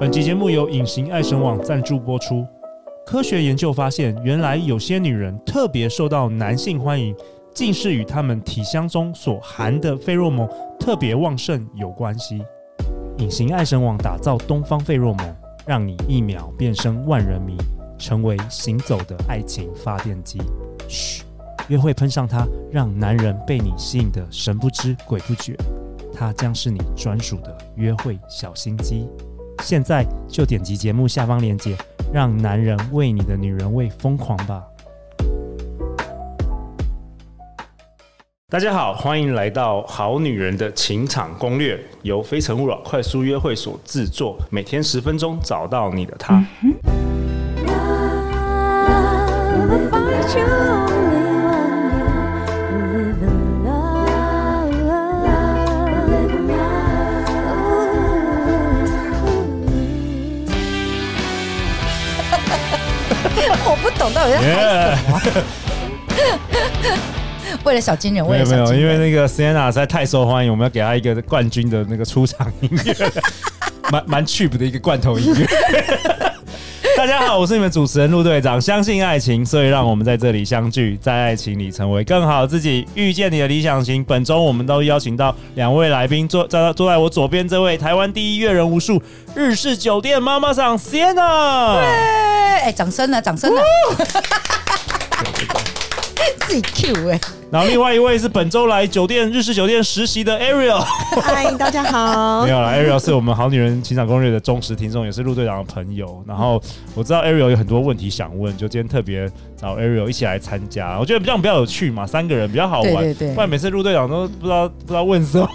本集节目由隐形爱神网赞助播出。科学研究发现，原来有些女人特别受到男性欢迎，竟是与她们体香中所含的费洛蒙特别旺盛有关系。隐形爱神网打造东方费洛蒙，让你一秒变身万人迷，成为行走的爱情发电机。嘘，约会喷上它，让男人被你吸引的神不知鬼不觉，它将是你专属的约会小心机。现在就点击节目下方链接，让男人为你的女人味疯狂吧！大家好，欢迎来到《好女人的情场攻略》，由非诚勿扰快速约会所制作，每天十分钟，找到你的他。 Love, I find that you only one you live in love, live in love. 我不懂到底嗯耶在为了小金人，没为有了没小有，金因人。为那个 Sienna 实在太受欢迎，我们要给她一个冠军的那个出场音乐， 蛮蛮 cheap 的一个罐头音乐。 大家好，我是你们主持人陆队长。相信爱情，所以让我们在这里相聚，在爱情里成为更好自己，遇见你的理想型。本周我们都邀请到两位来宾，坐坐坐在我左边这位台湾第一阅人无数日式酒店妈妈桑 Sienna，哎、掌声呢？掌声呢？自己 Q 哎、然后另外一位是本周来酒店日式酒店实习的 Ariel。嗨，大家哦好 没。有啦，Ariel 是我们《好女人情场攻略》的忠实听众，也是陆队长的朋友。然后我知道 Ariel 有很多问题想问，就今天特别找 Ariel 一起来参加。我觉得这样比较有趣嘛，三个人比较好玩。对对对不然每次陆队长都不知道不知道问 什么，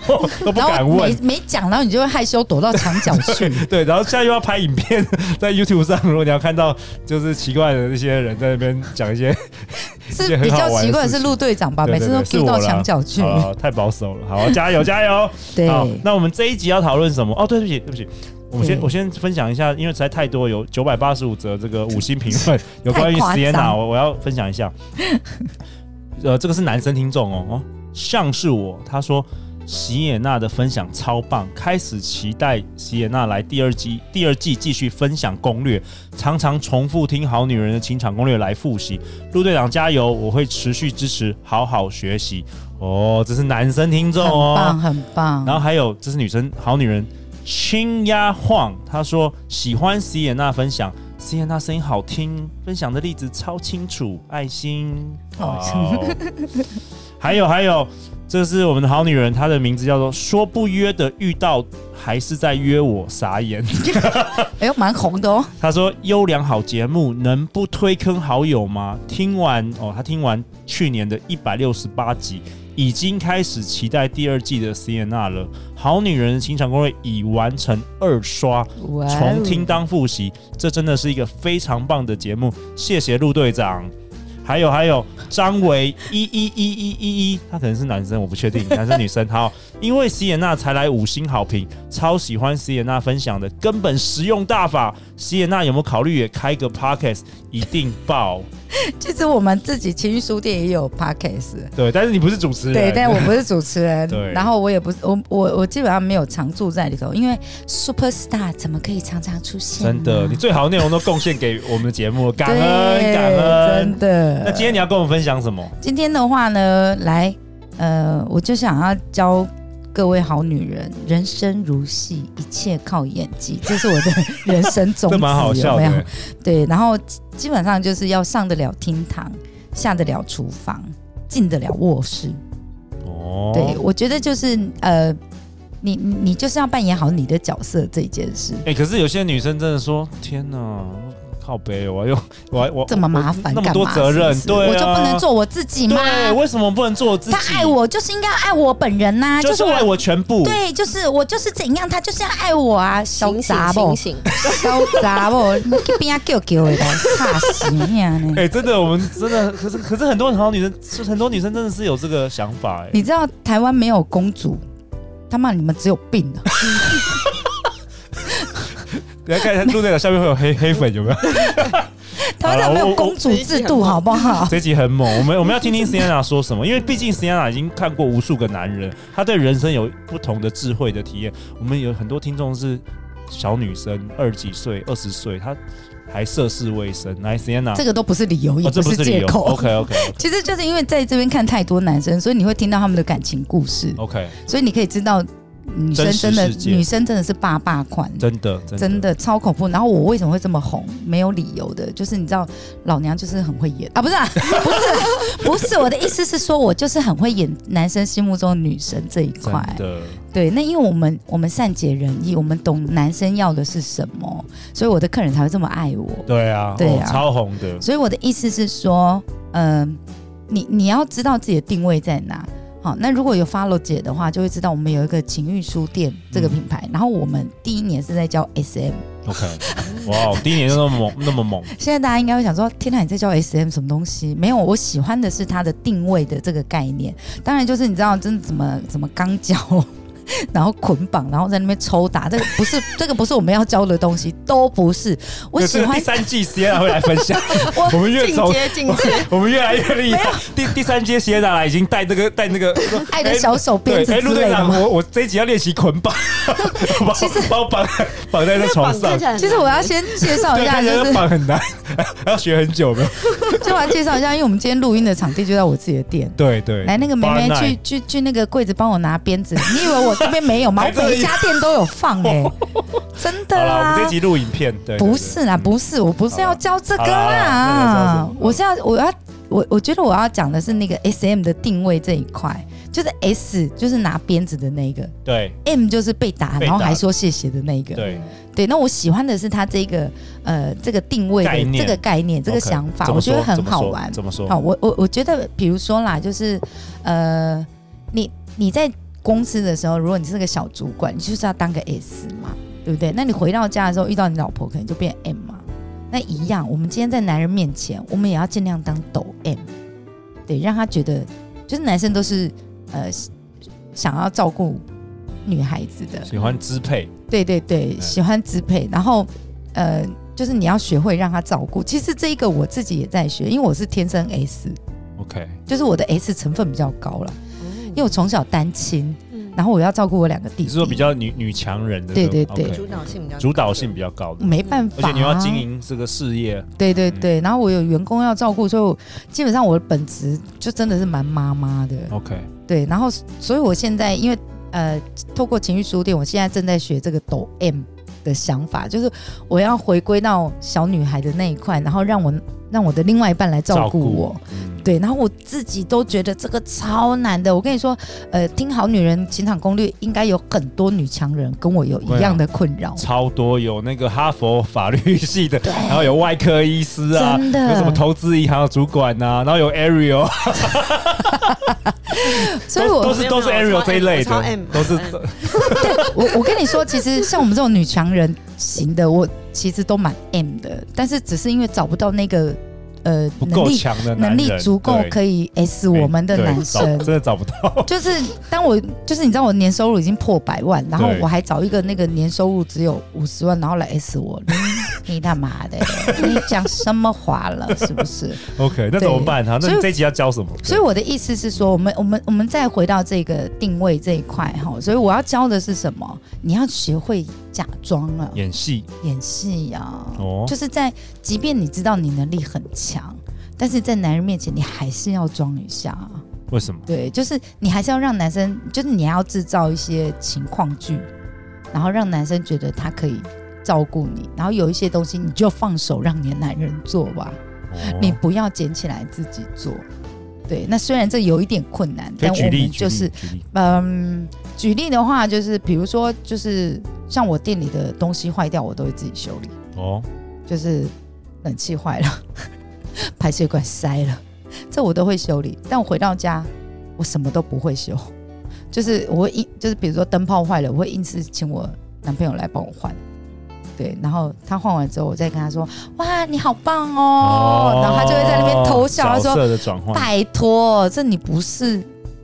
都不然敢后问没。没讲，然后你就会害羞躲到墙角去。对，然后现在又要拍影片，在 YouTube 上，如果你要看到就是奇怪的那些人在那边讲 一些，是比较奇怪的是陆队长吧，对每次对都对是 Q 到我啦墙角去。好啦太保守了。好，加油加油！对，好，那我们这一集要讨论什么？哦，对不起，对不起，我们先对我先分享一下，因为实在太多有九百八十五则这个五星评 论，有关于太夸张 Sienna，我我要分享一 下。呃，这个是男生听众哦，哦，像是我，他说席也娜的分享超棒，开始期待席也娜来第二季，第二季继续分享攻略，常常重复听《好女人的情场攻略》来复习。陆队长加油，我会持续支持，好好学习。哦，这是男生听众很哦，棒，很棒。然后还有这是女生好女人青鸭晃，她说喜欢席也娜分享，席也娜声音好听，分享的例子超清楚，爱心。哇哦哦 还有还有，这是我们的好女人，她的名字叫做说不约的遇到还是在约我，傻眼。哎呦，蛮红的哦。他说：“优良好节目，能不推坑好友吗？”听完哦，他听完去年的一百六十八集，已经开始期待第二季的 C N R 了。好女人的情场攻略已完成二刷，哇哦重听当复习，这真的是一个非常棒的节目，谢谢陆队长。还有还有，张维一一一一一一，他可能是男生，我不确定，男生女生。好，因为席也娜才来五星好评，超喜欢席也娜分享的根本实用大法。席也娜有没有考虑也开个 podcast？一定爆。其实我们自己情绪书店也有 podcast，对，但是你不是主持人，对，但我不是主持 对人，然后我也不是我我我基本上没有常住在里头，因为 super star 怎么可以常常出现呢？真的，你最啊好的内容都贡献给我们的节目，感对恩感恩真。的。那今天你要跟我们分享什么？今天的话呢，来，呃，我就想要教各位好女人，人生如戏，一切靠演技，这是我的人生宗 旨，这蛮好笑有没有的？，对，然后基本上就是要上得了厅堂，下得了厨房，进得了卧室。哦对，我觉得就是呃，你你你就是要扮演好你的角色这件事。哎、可是有些女生真的说：“天哪，靠背，我要用我还我这么麻烦哦那么干嘛？多责任，是不是对、啊，我就不能做我自己吗？对，为什么不能做我自己？他爱我就是应该要爱我本人呐、就是我爱我全部。对，就是我就是怎样，他就是要爱我啊，小醒杂醒不醒，醒！小杂不，你去边啊叫叫的，差死你啊！哎、 真的，我们真的，可是可是很多好女生，是很多女生真的是有这个想法、哎，你知道台湾没有公主，他妈你们只有病 啊！等一下看一下陆队长下面会有 黑黑粉有没有？台湾没有公主制度，好不好？这集很猛，我们我们要听听 Sienna 说什么，因为毕竟 Sienna 已经看过无数个男人，她对人生有不同的智慧的体验。我们有很多听众是小女生二十几岁、二十岁，她还涉世未深。来，Sienna，这个都不是理由，也哦，这不是理借由。口。 OK OK 其实就是因为在这边看太多男生，所以你会听到他们的感情故事， OK，所以你可以知道女哦生真实真的世界女生真的是爸爸款，真的真的真的超恐怖。然后我为什么会这么红？没有理由的，就是你知道，老娘就是很会演啊，不是、啊， 不是，不是。我的意思是说，我就是很会演男生心目中的女神这一真块。的对，那因为我们我们善解人意，我们懂男生要的是什么，所以我的客人才会这么爱我。对啊，对哦啊超红的，所以我的意思是说，嗯、你你要知道自己的定位在哪。好，那如果有 follow 姐的话，就会知道我们有一个情欲书店嗯这个品牌，然后我们第一年是在教 SM， OK，哇，哦我第一年就那么猛，那么猛，现在大家应该会想说：“天哪，你在教 S M 什么东西？”没有，我喜欢的是它的定位的这个概念。当然，就是你知道，真的怎么怎么钢脚， 然后捆绑，然后在那边抽打，这个不是这个不是我们要教的东西，都不是。 我对喜这个欢第三季 Sienna 会来分 享，我们越进走，阶进阶，我们越来越厉害。第第三阶 Sienna 来已经带这个带那个 爱的小手对鞭，子哎，之陆类队的长，吗？我我这一集要练习捆 绑，把其实把我绑绑在这床绑上看起，来很其实我要先介绍一对，下，看起就来是绑很难， 要学很久没有？ 就我要介绍一下，因为我们今天录音的场地就在我自己的店。对对，来，那个梅梅 Bar 去 Night，去去那个柜子帮我拿鞭子，你以为我这边没有吗？还我真的每一家店都有放 哎、真的好了，我啊们这。集录影片，对，对不是啦，，不是，我不是要教这个好啦好啦那个叫啦什么，我是要我要我我觉得我要讲的是那个 S M 的定位这一块，就是 S 就是拿鞭子的那一个对，M 就是被打被打然后还说谢谢的那一个对。对，对，那我喜欢的是他这个呃这个定位概的念这个概念，这个 OK，想法，怎我么觉得说很怎么好说玩。怎么说？好，哦我我我觉得，比如说啦，就是呃，你你在公司的时候，如果你是个小主管，你就是要当个 S 嘛，对不对？那你回到家的时候遇到你老婆，可能就变 M 嘛。那一样，我们今天在男人面前，我们也要尽量当抖 M，对，让他觉得就是男生都是呃想要照顾女孩子的，喜欢支配，对对对，嗯喜欢支配，然后呃，就是你要学会让他照顾。其实这一个我自己也在学，因为我是天生 S。 OK，就是我的 S 成分比较高了，因为我从小单亲，嗯然后我要照顾我两个你弟弟，是说比较女女强人的对那种，对对 OK 主导性比较主导性比较高的，没办法、啊而且你要经，营嗯这个事业，对对对，然后我有员工要照顾，所以我基本上我的本职就真的是蛮妈妈的， OK，对，然后所以我现在因为呃，透过情绪书店，我现在正在学这个抖 M 的想法，就是我要回归到小女孩的那一块，然后让我让我的另外一半来照顾我，，嗯，对，然后我自己都觉得这个超难的。我跟你说，呃，听好女人情场攻略，应该有很多女强人跟我有啊一样的困扰。超多有那个哈佛法律系的，然后有外科医师啊，真的有什么投资银行的主管呐、然后有 Ariel，所以都都我是都是没有没有 Ariel 这一类我超的 M，，都是我超 M 我我跟你说，其实像我们这种女强人型的，我其实都蛮 M 的，但是只是因为找不到那个呃不能够力强的能男人，力足够对可以 S 我们的对男找生。真的找不到， 就是当我就是你知道我年收入已经破百万，然后对我还找一个那个年收入只有五十万，然后来 S 我，你你他妈的，你讲什么话了是不是？ OK，那怎么办哈？那所以你这一集要教什么？所以我的意思是说，我们我们我们再回到这个定位这一块哈，所以我要教的是什么？你要学会假装啊，演戏演戏啊，哦，就是在即便你知道你能力很强，但是在男人面前你还是要装一下啊。为什么？对，就是你还是要让男生，就是你要制造一些情况剧，然后让男生觉得他可以照顾你，然后有一些东西你就放手让你的男人做吧，哦你不要捡起来自己做。对，那虽然这有一点困难，可以但我举例，们举就例是举例嗯，举例的话就是，比如说就是像我店里的东西坏掉，我都会自己修理，哦，就是冷气坏了， 排水管塞了，这我都会修理。但我回到家，我什么都不会修，就是我会硬，就是比如说灯泡坏了，我会硬是请我男朋友来帮我换。对，然后他换完之后，我再跟他说：“哇，你好棒哦！”然后他就会在那边偷笑，他说角：“色的转换，拜托，这你不是，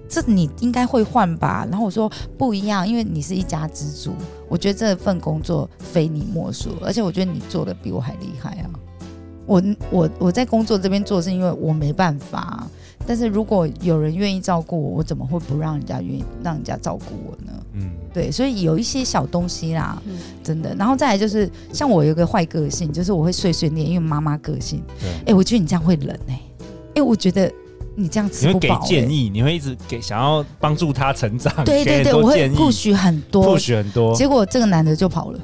这你应该会换吧？然后我说不一样，因为你是一家之主，我觉得这份工作非你莫属，而且我觉得你做的比我还厉害啊！我我我在工作这边做是因为我没办法啊、但是如果有人愿意照顾我，我怎么会不让人家愿意让人家照顾我呢？嗯，对，所以有一些小东西啦，嗯真的。然后再来就是，像我有一个坏个性，就是我会碎碎念，因为妈妈个性。对哎、我觉得你这样会冷哎、哎、我觉得你这样你吃会不给饱、欸。建议，你会一直给想要帮助他成长，对给很对对，多我会建议 push 很多， push 哦很多。结果这个男的就跑了，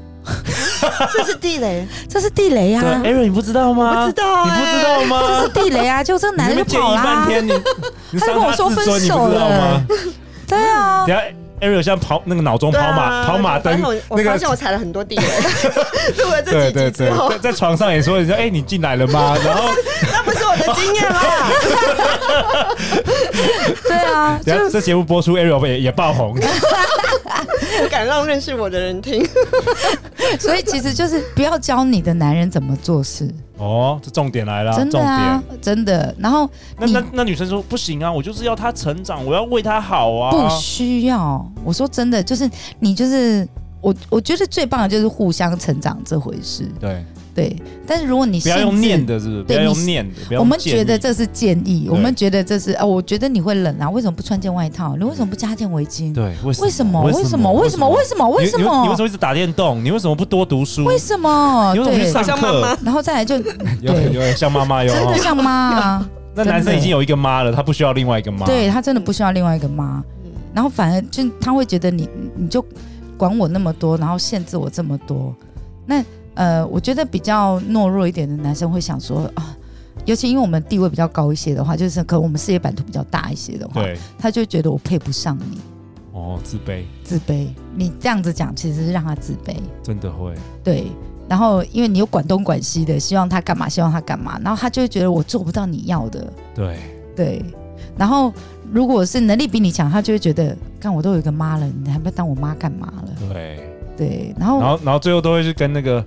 这是地雷，这是地雷对呀、啊， ，Aaron 你不知道吗？我知道你哎、不知道这是吗？地雷啊，就这个你欸 男那的就边建跑议啦、半天，你 你他伤跟我说自尊，分你手不知道吗？对 啊，等一下 Aaron 像跑那个脑中跑对啊马跑马灯反正，我那我个发现我踩了 很多地雷，录了这几句之后，在在床上也说人家哎你进来了 吗？然后那不是我的经验 啦。对啊，就等一下这节目播出，Ariel 也也爆 红，不敢让认识我的人听。所以其实就是不要教你的男人怎么做事，哦，这重点来了，真的重啊点。，真的。然后那那那女生说不行啊，我就是要她成长，我要为她好啊。不需要，我说真的，就是你就是我，我觉得最棒的就是互相成长这回事，对，对。但是如果你不要限用制念的，是不是？不对要你用是念的，不要用我们建觉得议这是建议，对我们觉得这是哦，我觉得你会冷啊，为什么不穿件外套？你为什么不加件围巾？对为为什么？为什么？为什么？为什么？为什你你你为么什？么一直打电动？你为什么不多读书？为什么？你为什么不去对，上像妈课妈？然后 再来就真有有有像妈妈有哦的像妈啊，那男生已经有一个妈了，他不需要另外一个妈。对他真的不需要另外一个妈，然后反而就他会觉得你你就管我那么多，然后限制我这么多。那呃，我觉得比较懦弱一点的男生会想说啊，尤其因为我们地位比较高一些的话，就是可能我们事业版图比较大一些的话，对，他就会觉得我配不上你，哦，自卑自卑。你这样子讲其实是让他自卑，真的会，对。然后因为你又管东管西的，希望他干嘛，希望他干嘛，然后他就会觉得我做不到你要的，对，对，然后如果是能力比你强，他就会觉得，看我都有一个妈了，你还不当我妈干嘛了？对，对，然后然后然后最后都会去跟那个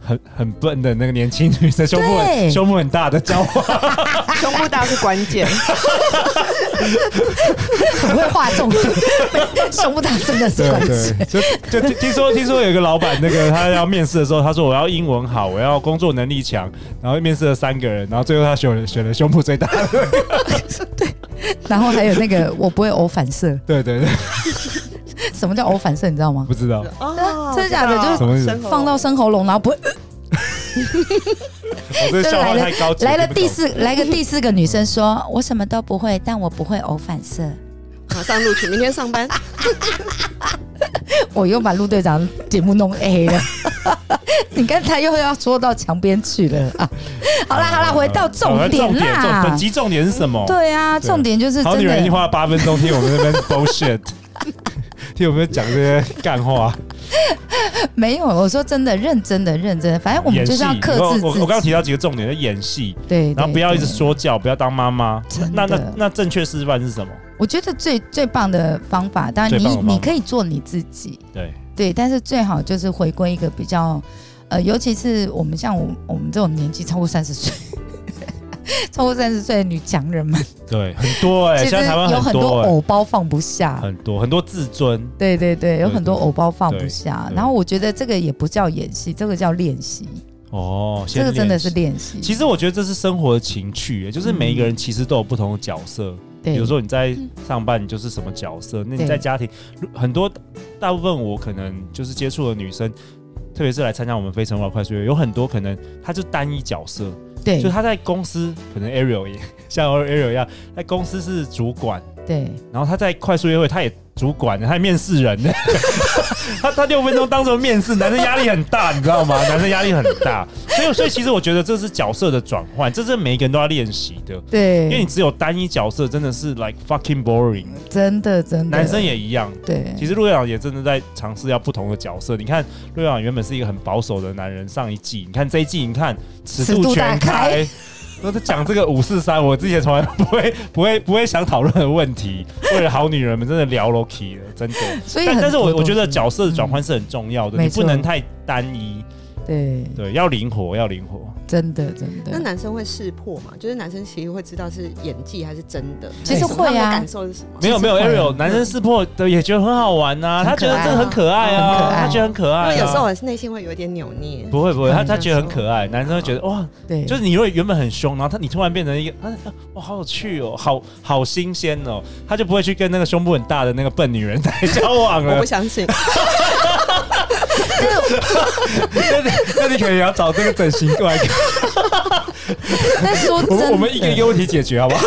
很很笨的那个年轻女生，胸部很对胸部很大的交往，胸部大是关键，很会画重 点， 胸部大真的是关键。，就就听听说听说有一个老板，那个他要面试的时候，他说我要英文好，我要工作能力强，然后面试了三个人，然后最后他选了选了胸部最大的， 然后还有那个，我不会偶反射。对对对，什么叫偶反射？你知道吗？不知道， 哦真的假的就是什么意思生活放到生喉咙，然后不会哦我这个笑话太高级，来了听不懂第，四来个第四个女生说，我什么都不会，但我不会偶反射。马上录取，明天 上班。我又把陆队长节目弄 A 了， 你看他又要说到墙边去了啊！好啦好啦，回到重点重点哦重啦。本集重点是什么？对啊，哦对重点就是好真女人已经的。花了八分钟听我们那边 bullshit，听我们讲这些干话， 没有，我说真的，认真的，认真的，反正哎我们演就是戏。要克我制哦我自我刚刚提己。到几个重点，就演戏，对，然后对不要一直对说教，不要当妈妈。真那的那那正确示范是什么？我觉得最最棒的方法，当然最棒你的方法你可以做你自己，对对，但是最好就是回归一个比较，呃，尤其是我们像我我们这种年纪超过三十岁， 超过三十岁的女强人们。对，很多 哎，其现实在台湾有很多多哎，偶包放不下。很多很多自尊，对对对，有对很多对偶包放不下对。对然后我觉得这个也不叫演戏，这个叫练习，哦，这个先真的练是习。练习。其实我觉得这是生活的情趣，哎就是每一个人其实都有不同的角色。对，嗯比如说你在上班，你就是什么角色？那你对在家庭，如很多大部分我可能就是接触的女生，特别是来参加我们《非诚勿扰》快速约，有很多可能她就单一角色，对就她在公司可能 Ariel 也像 Ariel 一样，在公司是主管，对然后她在快速约会，她也主管，她也面试人 呢，她她六分钟当做面试，男生压力很大，你知道吗？男生压力很大，所以所以其实我觉得这是角色的转换，这是每一个人都要练习的。因为你对，只有单一角色，真的是 like fucking boring。真的真的，男生也一样，对其实陆队长也真的在尝试要不同的角色。你看，陆队长原本是一个很保守的男人，上一季，你看这一季，你看尺尺度度全大开。都在讲这个五四三，我之前从来不会、不会、不会想讨论的问题，为了好女人们真的聊 low key 了，真的。所以但很但是我多我觉得角色的转嗯换是很重要的，没你不错能太单一，对对，要灵活，要灵活。真的真那的。男生会识破嘛？就是男生其实会知道是演技还是真的。其实对会啊他们的感受是什么？没有没有其实会嗯，Ariel 男生识破的也觉得很好玩呐、很他觉得可爱啊这很可爱很可啊，爱他觉得很可爱、啊。因为有时候我内心会有一点扭捏。不会不会，他嗯他觉得很可爱，男生会觉得哇，对，就是你如果原本很凶，然后他你突然变成一个，他哇好有趣哦，好好新鲜哦，他就不会去跟那个胸部很大的那个笨女人来交往我了不。相信，那你那你可能也要找这个整形过来看，但说我真的，们我 们一个一个问题解决好不好？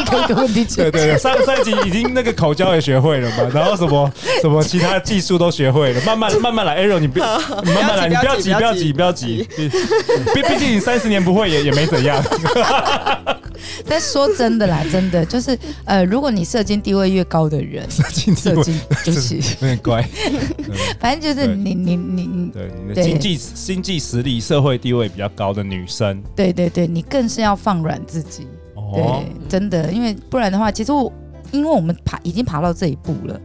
一个一个问题对解决对对，上上一集已经那个口交也学会了嘛，然后什么什么其他技术都学会了，慢慢慢慢来，Arrow 你不要你慢慢来，你不不要要急急不不要要急急不要急，毕毕毕竟你三十年不会也也没怎样，但说真的啦，真的就是呃，如果你射精地位越高的人，射精地射位精对 不起，有点乖，反正就是对你你你你，对你的对经济经济实力、社会地位比较高的女生，对对对，你更是要放软自己。哦对，，真的，因为不然的话，其实我因为我们爬已经爬到这一步了，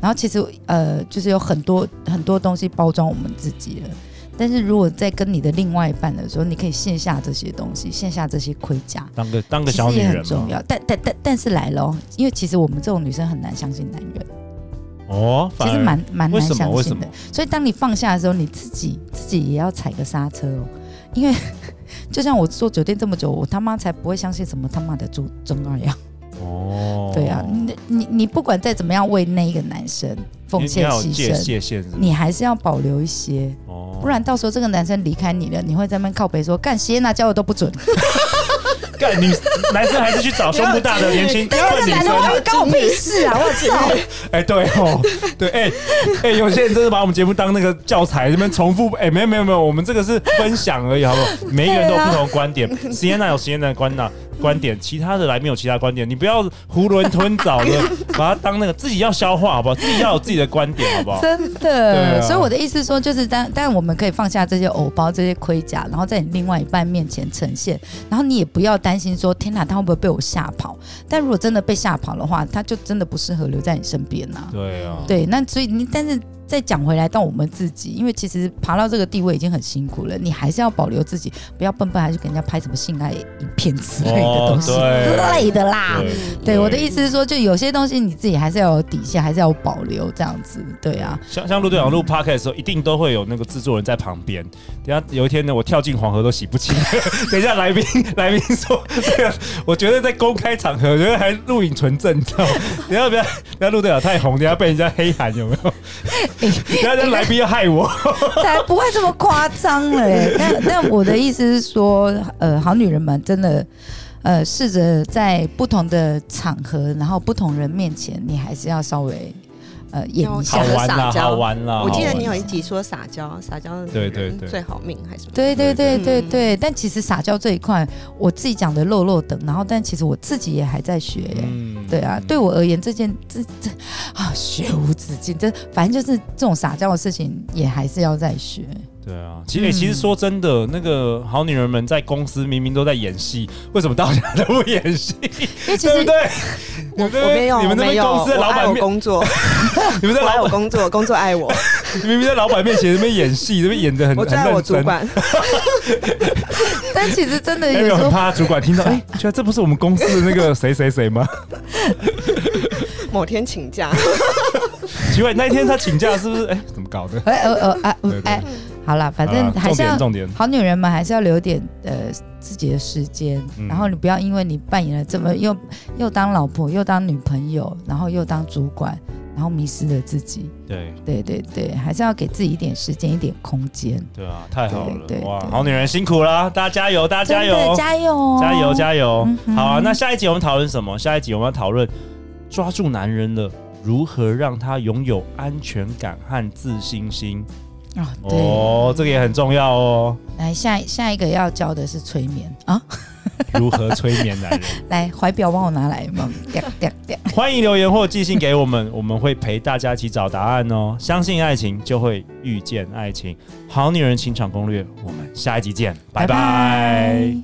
然后其实呃，就是有很多很多东西包装我们自己了。但是如果在跟你的另外一半的时候，你可以卸下这些东西，卸下这些盔甲，当个当个嗯其小实女也人很嘛重要。但但但但是来了哦，因为其实我们这种女生很难相信男人，哦，其反实而蛮蛮为难什么相为什信么的。所以当你放下的时候，你自己自己也要踩个刹车哦，因为 就像我做酒店这么久，我他妈才不会相信什么他妈的中中二呀。哦，对啊，你你你你不管再怎么样为那一个男生奉你献要有牺界牲，界限是不是你还是要保留一些，哦不然到时候这个男生离开你了，你会在那边靠北说干谢娜教的都不准，哦干女男生还是去找胸部大的年 轻但是笨这女男生的啊。会干我屁事啊！我操， 哎、对哦，对，哎、哎、有些人真的把我们节目当那个教材，这边重复，哎、没有没有没有，我们这个是分享而已，好不好？每一个人都有不同的观点，啊实验娜有实验的观呐观点，其他的来宾有其他观点，你不要囫囵吞枣的把它当那个自己要消化，好不好？自己要有自己的观点，好不好？ 真对啊的。所以我的意思说，就是当但我们可以放下这些偶包、这些盔甲，然后在你另外一半面前呈现，然后你也不要担心说天哪，他会不会被我吓跑？但如果真的被吓跑的话，他就真的不适合留在你身边呐、对啊，对，那所以你但是再讲回来到我们自己，因为其实爬到这个地位已经很辛苦了，你还是要保留自己，不要笨笨还去给人家拍什么性爱影片之类的东西、哦之类的啦。对对我的意思是说，就有些东西你自己还是要有底线，还是要有保留这样子，对啊，像像陆队长录 podcast 的时候，一定都会有那个制作人在旁边。等一下有一天呢，我跳进黄河都洗不清。 等一下来宾 来宾说，这个我觉得在公开场合，我觉得还录影存证照。 等一下不要，等一下陆队长太红，等一下被人家黑喊有没 有？等一下这来宾要害我。才不会这么夸张嘞。但但我的意思是说，呃，好女人们真的。呃，试着在不同的场合，然后不同人面前，你还是要稍微呃演一好下要。玩啦，撒娇好玩啦！我记得好玩你有一集说撒娇，撒娇的女啊对对人对最好命还是什么？对对对对对嗯对，但其实撒娇这一块，我自己讲的漏漏等，然后但其实我自己也还在学耶。嗯对啊，对我而言，这件这这啊，学无止境。这反正就是这种撒娇的事情，也还是要再学。对啊，其实、欸其实说真的，那个好女人们在公司明明都在演戏，为什么大家都不演戏？因为其对不实对？你们这我没边有，你们我那没边有，公司的我老爱板我面，工作， 你们在我爱老我板工作，工作爱我，明明在老板面前那边演戏，那边演的很我很最爱我认主真。管。但其实真的哎，有时我很候，怕他主管 听到，哎，觉得这不是我们公司的那个谁谁谁吗？ 某天请假，奇怪，那一天他请假是不是？哎，怎么搞的？哎呃呃哎对对哎，好了， 反正好啦还重是要点重点，好女人们还是要留点呃自己的时间，嗯然后你不要因为你扮演了这么又又当老婆又当女朋友，然后又当主管，然后迷失了自己。对对对对，还是要给自己一点时间，一点空间。对啊，太好对了对哇！对好女人辛苦啦，大家加油，大家加真的油，加油哦，加油，加油嗯！哼好啊，那下一集我们讨论什么？下一集我们要讨论抓住男人了。如何让他拥有安全感和自信心？啊！对，哦，这个也很重要哦。来下下一个要教的是催眠啊！ 如何催眠男人？来，怀表帮我拿来嘛，掉掉掉！欢迎留言或寄信给我们，我们会陪大家一起找答案哦。相信爱情，就会遇见爱情。好女人情场攻略，我们下一集见，拜拜